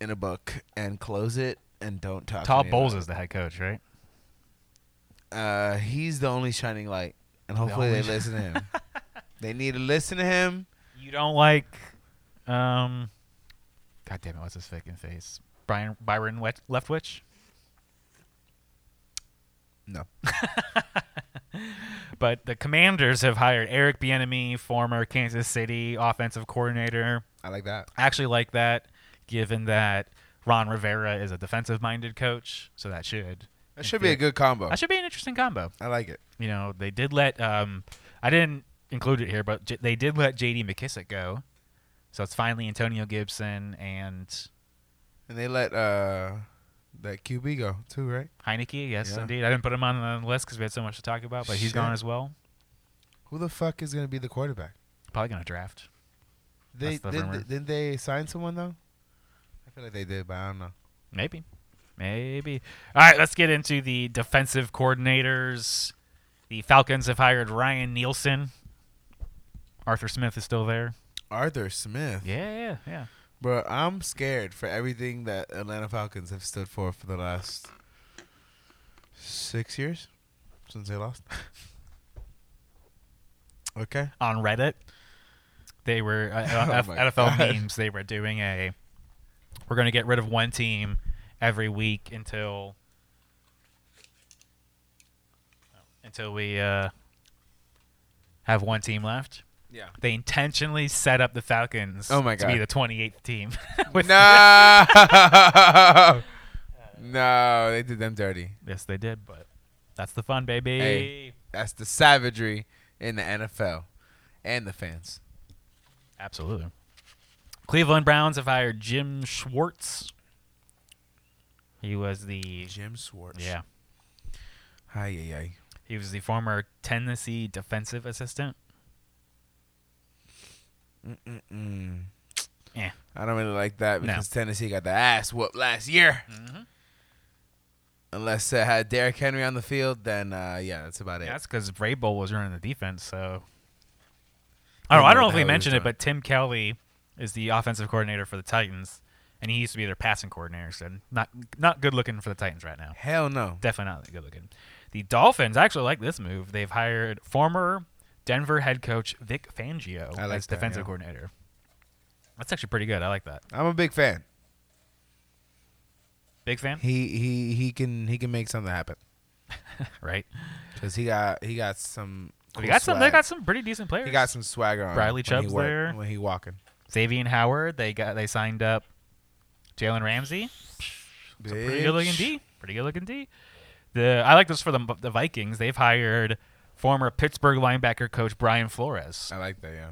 S2: in a book and close it and don't talk.
S1: Todd
S2: to me
S1: Bowles
S2: about
S1: is the head coach, right?
S2: it. Uh, he's the only shining light, and hopefully
S1: only
S2: they
S1: sh-
S2: listen to him. they need to listen to him.
S1: You don't like, um, God damn it, what's his fucking face? Brian Byron Wet- Leftwich,
S2: No.
S1: but the Commanders have hired Eric Bieniemy, former Kansas City offensive coordinator.
S2: I like that.
S1: I actually like that, given that Ron Rivera is a defensive-minded coach, so that should
S2: That should be a good combo.
S1: that should be an interesting combo.
S2: I like it.
S1: You know, they did let um, I didn't include it here, but J- they did let J.D. McKissick go, so it's finally Antonio Gibson and
S2: And they let uh that QB go too, right?
S1: Heineke, yes,
S2: Yeah.
S1: indeed. I didn't put him on the list because we had so much to talk about, but he's gone
S2: Shit.
S1: as well.
S2: Who the fuck is gonna be the quarterback?
S1: Probably gonna draft.
S2: They
S1: That's the
S2: didn't,
S1: rumor.
S2: didn't they sign someone though? I feel like they did, but I don't know.
S1: Maybe, maybe. All right, let's get into the defensive coordinators. The Falcons have hired Ryan Nielsen. Arthur Smith is still there.
S2: Arthur Smith.
S1: Yeah, yeah, yeah.
S2: Bro, I'm scared for everything that Atlanta Falcons have stood for for the last six years since they lost. okay.
S1: On Reddit, they were uh,
S2: Oh
S1: on F-
S2: my
S1: NFL
S2: God.
S1: memes. They were doing a. We're gonna get rid of one team every week until until we uh, have one team left.
S2: Yeah.
S1: They intentionally set up the Falcons
S2: Oh my
S1: to be
S2: God.
S1: the 28th team. with
S2: No. no, they did them dirty.
S1: Yes, they did, but that's the fun, baby.
S2: Hey. That's the savagery in the NFL and the fans.
S1: Absolutely. Cleveland Browns have hired Jim Schwartz. He was the
S2: Jim Swartz.
S1: yeah.
S2: Hi, yeah, yeah.
S1: He was the former Tennessee defensive assistant.
S2: Mm.
S1: Yeah.
S2: I don't really like that
S1: No.
S2: because Tennessee got the ass whooped last year. Unless it had Derrick Henry on the field, then uh, yeah, that's about it.
S1: That's because Ray Bowl was running the defense. So
S2: I
S1: I
S2: don't
S1: don't,
S2: know
S1: I don't know
S2: what
S1: if
S2: the
S1: we
S2: hell he was
S1: mentioned it,
S2: doing.
S1: but Tim Kelly is the offensive coordinator for the Titans, and he used to be their passing coordinator. So not not good looking for the Titans right now.
S2: Hell no.
S1: Definitely not that good looking. The Dolphins I actually like this move. They've hired former Denver head coach Vic Fangio
S2: I like
S1: as
S2: that,
S1: defensive
S2: yeah.
S1: coordinator. That's actually pretty good. I like that.
S2: I'm a big fan.
S1: Big fan,
S2: He he he can he can make something happen
S1: right?
S2: because he got he got some.
S1: they
S2: cool
S1: got some. They
S2: swag.
S1: got some pretty decent players.
S2: He got some swagger on. him
S1: Bradley
S2: when he
S1: Chubb's
S2: work-
S1: there.
S2: when he walking.
S1: Xavier Howard. They got. They signed up Jalen Ramsey. It's a pretty good looking
S2: Bitch.
S1: D. Pretty good looking D. The I like this for the the Vikings. They've hired former Pittsburgh linebacker coach Brian Flores.
S2: I like that. Yeah.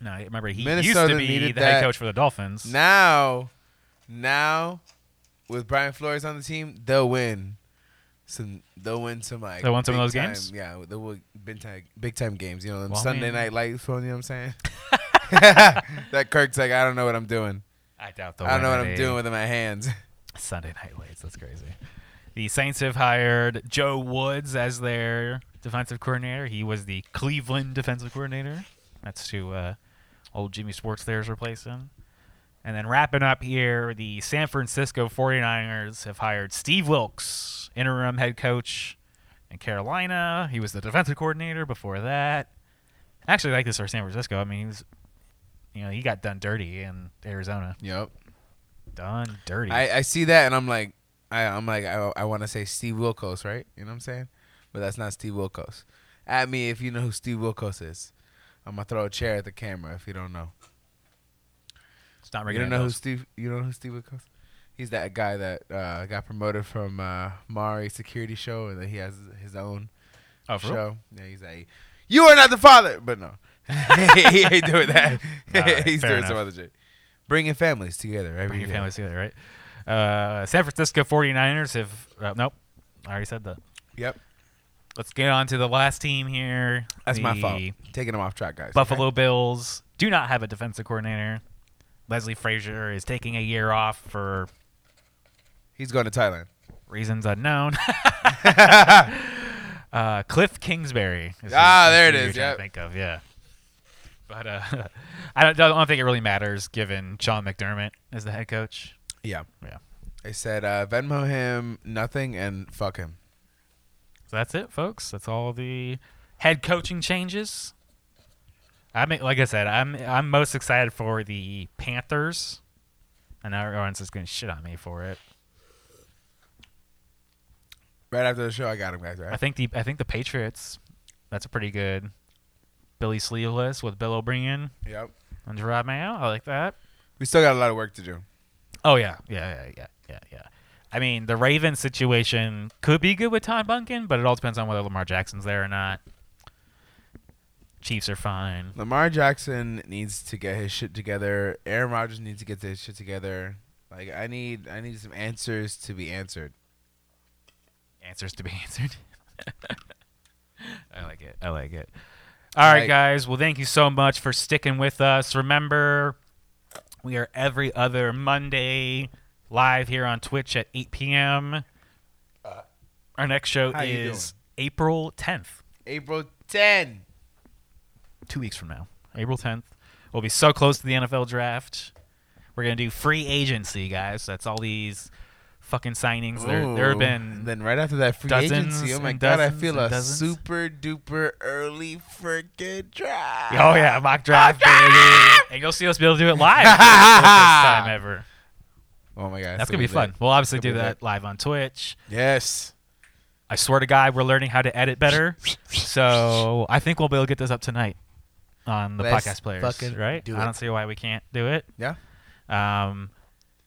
S1: Now remember he
S2: Minnesota
S1: used to be
S2: needed
S1: the head
S2: that.
S1: coach for the Dolphins.
S2: Now, now, with Brian Flores on the team, they'll win some. They'll win some like.
S1: They'll win some of those
S2: big time-
S1: games?
S2: Yeah, they'll win big time, big time games. You know, them
S1: Well, I
S2: Sunday
S1: mean-
S2: night lights. You know what I'm saying? that Kirk's like, I don't know what I'm doing.
S1: I doubt they'll
S2: I don't know
S1: win
S2: what I'm
S1: a
S2: doing with my hands.
S1: Sunday night lights. That's crazy. The Saints have hired Joe Woods as their defensive coordinator. He was the Cleveland defensive coordinator. That's who uh, old Jimmy Sports there is replacing. And then wrapping up here, the San Francisco 49ers have hired Steve Wilkes, interim head coach in Carolina. He was the defensive coordinator before that. I Actually, like this for San Francisco. I mean, he was, you know, he got done dirty in Arizona.
S2: Yep.
S1: Done dirty.
S2: I, I see that and I'm like, I, I'm like, I, I want to say Steve Wilkos, right? You know what I'm saying? But that's not Steve Wilkos. At me if you know who Steve Wilkos is. I'm gonna throw a chair at the camera if you don't know.
S1: It's not
S2: You
S1: regular.
S2: don't know who
S1: Nintendo.
S2: Steve? You don't know who Steve Wilkos? He's that guy that uh, got promoted from uh, Mari Security Show, and then he has his own
S1: Oh, for real?
S2: show. Yeah, he's like, you are not the father, but no, he ain't doing that.
S1: Alright,
S2: he's
S1: fair
S2: doing
S1: enough.
S2: some other shit. Bringing families together. Every
S1: Bring your
S2: year.
S1: families together, right? Uh, San Francisco 49ers have. Uh, nope. I already said that.
S2: Yep,
S1: Let's get on to the last team here.
S2: that's my fault.
S1: The
S2: Taking him off track, guys.
S1: Buffalo Bills do not have a defensive coordinator. Leslie Frazier is taking a year off for
S2: He's going to Thailand.
S1: reasons unknown. uh, Cliff Kingsbury. Is
S2: Ah,
S1: who-
S2: there
S1: who
S2: it
S1: you're
S2: is,
S1: trying to
S2: yep.
S1: Think of yeah. But uh, I don't, I don't think it really matters given Sean McDermott is the head coach.
S2: Yeah,
S1: Yeah.
S2: they said uh, Venmo him nothing and fuck him.
S1: So that's it, folks. That's all the head coaching changes. I mean, like I said, I'm I'm most excited for the Panthers. I know everyone's just gonna shit on me for it.
S2: Right after the show, I got him, guys.
S1: I
S2: Right?
S1: think the I think the Patriots. That's a pretty good Billy Sleeveless with Bill O'Brien
S2: Yep.
S1: and Gerard Mayo. I like that.
S2: We still got a lot of work to do.
S1: Oh yeah, yeah, yeah, yeah, yeah, yeah. I mean, the Ravens situation could be good with Todd Bunkin, but it all depends on whether Lamar Jackson's there or not. Chiefs are fine.
S2: Lamar Jackson needs to get his shit together. Aaron Rodgers needs to get his shit together. Like I need, I need some answers to be answered.
S1: Answers to be answered. I like it. I like it. All right,
S2: Right.
S1: guys. Well, thank you so much for sticking with us. Remember, we are every other Monday live here on Twitch at 8 p.m. Our next show
S2: Uh, how you
S1: is April 10th.
S2: April 10.
S1: two weeks from now, April 10th. We'll be so close to the NFL draft. We're gonna do free agency, guys. That's all these fucking signings. There, there have
S2: And
S1: been
S2: then right after that free
S1: dozens
S2: agency, oh my
S1: and
S2: god, I
S1: dozens
S2: feel
S1: and
S2: a
S1: dozens.
S2: super duper early freaking draft.
S1: oh yeah, mock draft, baby. and you'll see us be able to do it live. for the first time ever.
S2: Oh my god,
S1: That's
S2: it's
S1: gonna be
S2: lit.
S1: fun. We'll obviously do
S2: Gonna be
S1: that live on Twitch.
S2: Yes.
S1: I swear to God, we're learning how to edit better. so I think we'll be able to get this up tonight on the
S2: Let's
S1: podcast players,
S2: fucking
S1: right?
S2: do
S1: I
S2: it.
S1: don't see why we can't do it.
S2: Yeah.
S1: Um,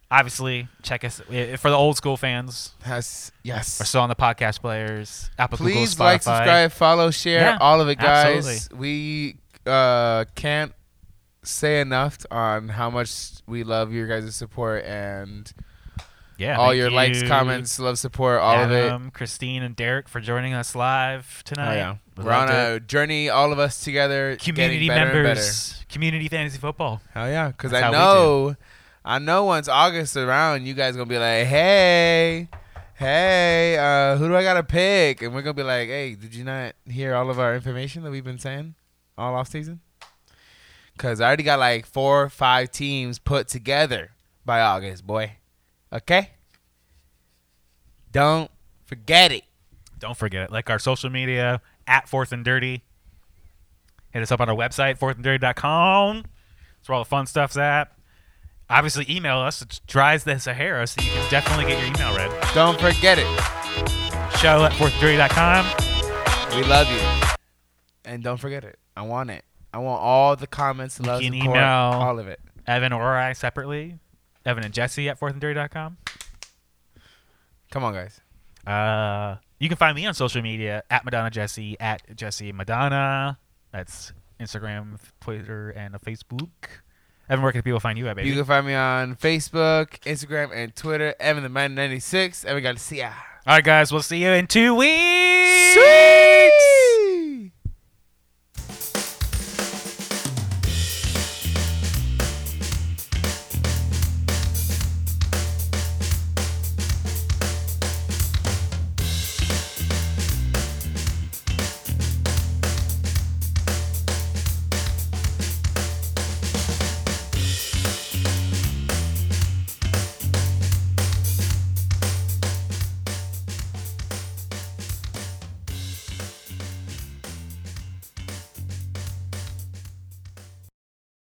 S1: obviously, check us i- for the old school fans.
S2: Yes. Yes.
S1: We're still on the podcast players. Apple,
S2: Please
S1: Google, Spotify.
S2: like, subscribe, follow, share,
S1: Yeah,
S2: all of it, guys.
S1: absolutely.
S2: We uh, can't say enough on how much we love your guys' support and
S1: Yeah,
S2: all
S1: thank
S2: your likes,
S1: you, um,
S2: comments, love, support, all of it.
S1: Adam, Christine, and Derek for joining us live
S2: Oh,
S1: tonight.
S2: yeah.
S1: We
S2: We're on
S1: loved it.
S2: a journey, all of us together,
S1: community
S2: getting better
S1: members, community fantasy football.
S2: and better. Hell yeah, because
S1: That's
S2: I
S1: how we
S2: know, I know once August around, you guys gonna be like, hey. Hey, uh, who do I gotta pick? And we're gonna be like, hey, did you not hear all of our information that we've been saying all off season? Cause I already got like four or five teams put together by August, boy. Okay? Don't forget it.
S1: Don't forget it. Like our social media at Fourth and Dirty. Hit us up on our website, fourthanddirty.com. That's where all the fun stuff's at. Obviously, email us. It's Dries the Sahara, so you can definitely get your email read.
S2: Don't forget it.
S1: Show at fourthanddirty.com.
S2: We love you. And don't forget it. I want it. I want all the comments, love,
S1: can
S2: support,
S1: email-
S2: all of it.
S1: Evan or I separately. Evan and Jesse at fourthanddirty.com.
S2: Come on, guys.
S1: Uh, you can find me on social media at Madonna Jesse at Jesse Madonna. That's Instagram, Twitter, and Facebook. Evan, where can people find you at, baby?
S2: You can find me on Facebook, Instagram, and Twitter. Evan the Man ninety six. Evan Garcia.
S1: All right, guys, we'll see you in two weeks.
S2: Six.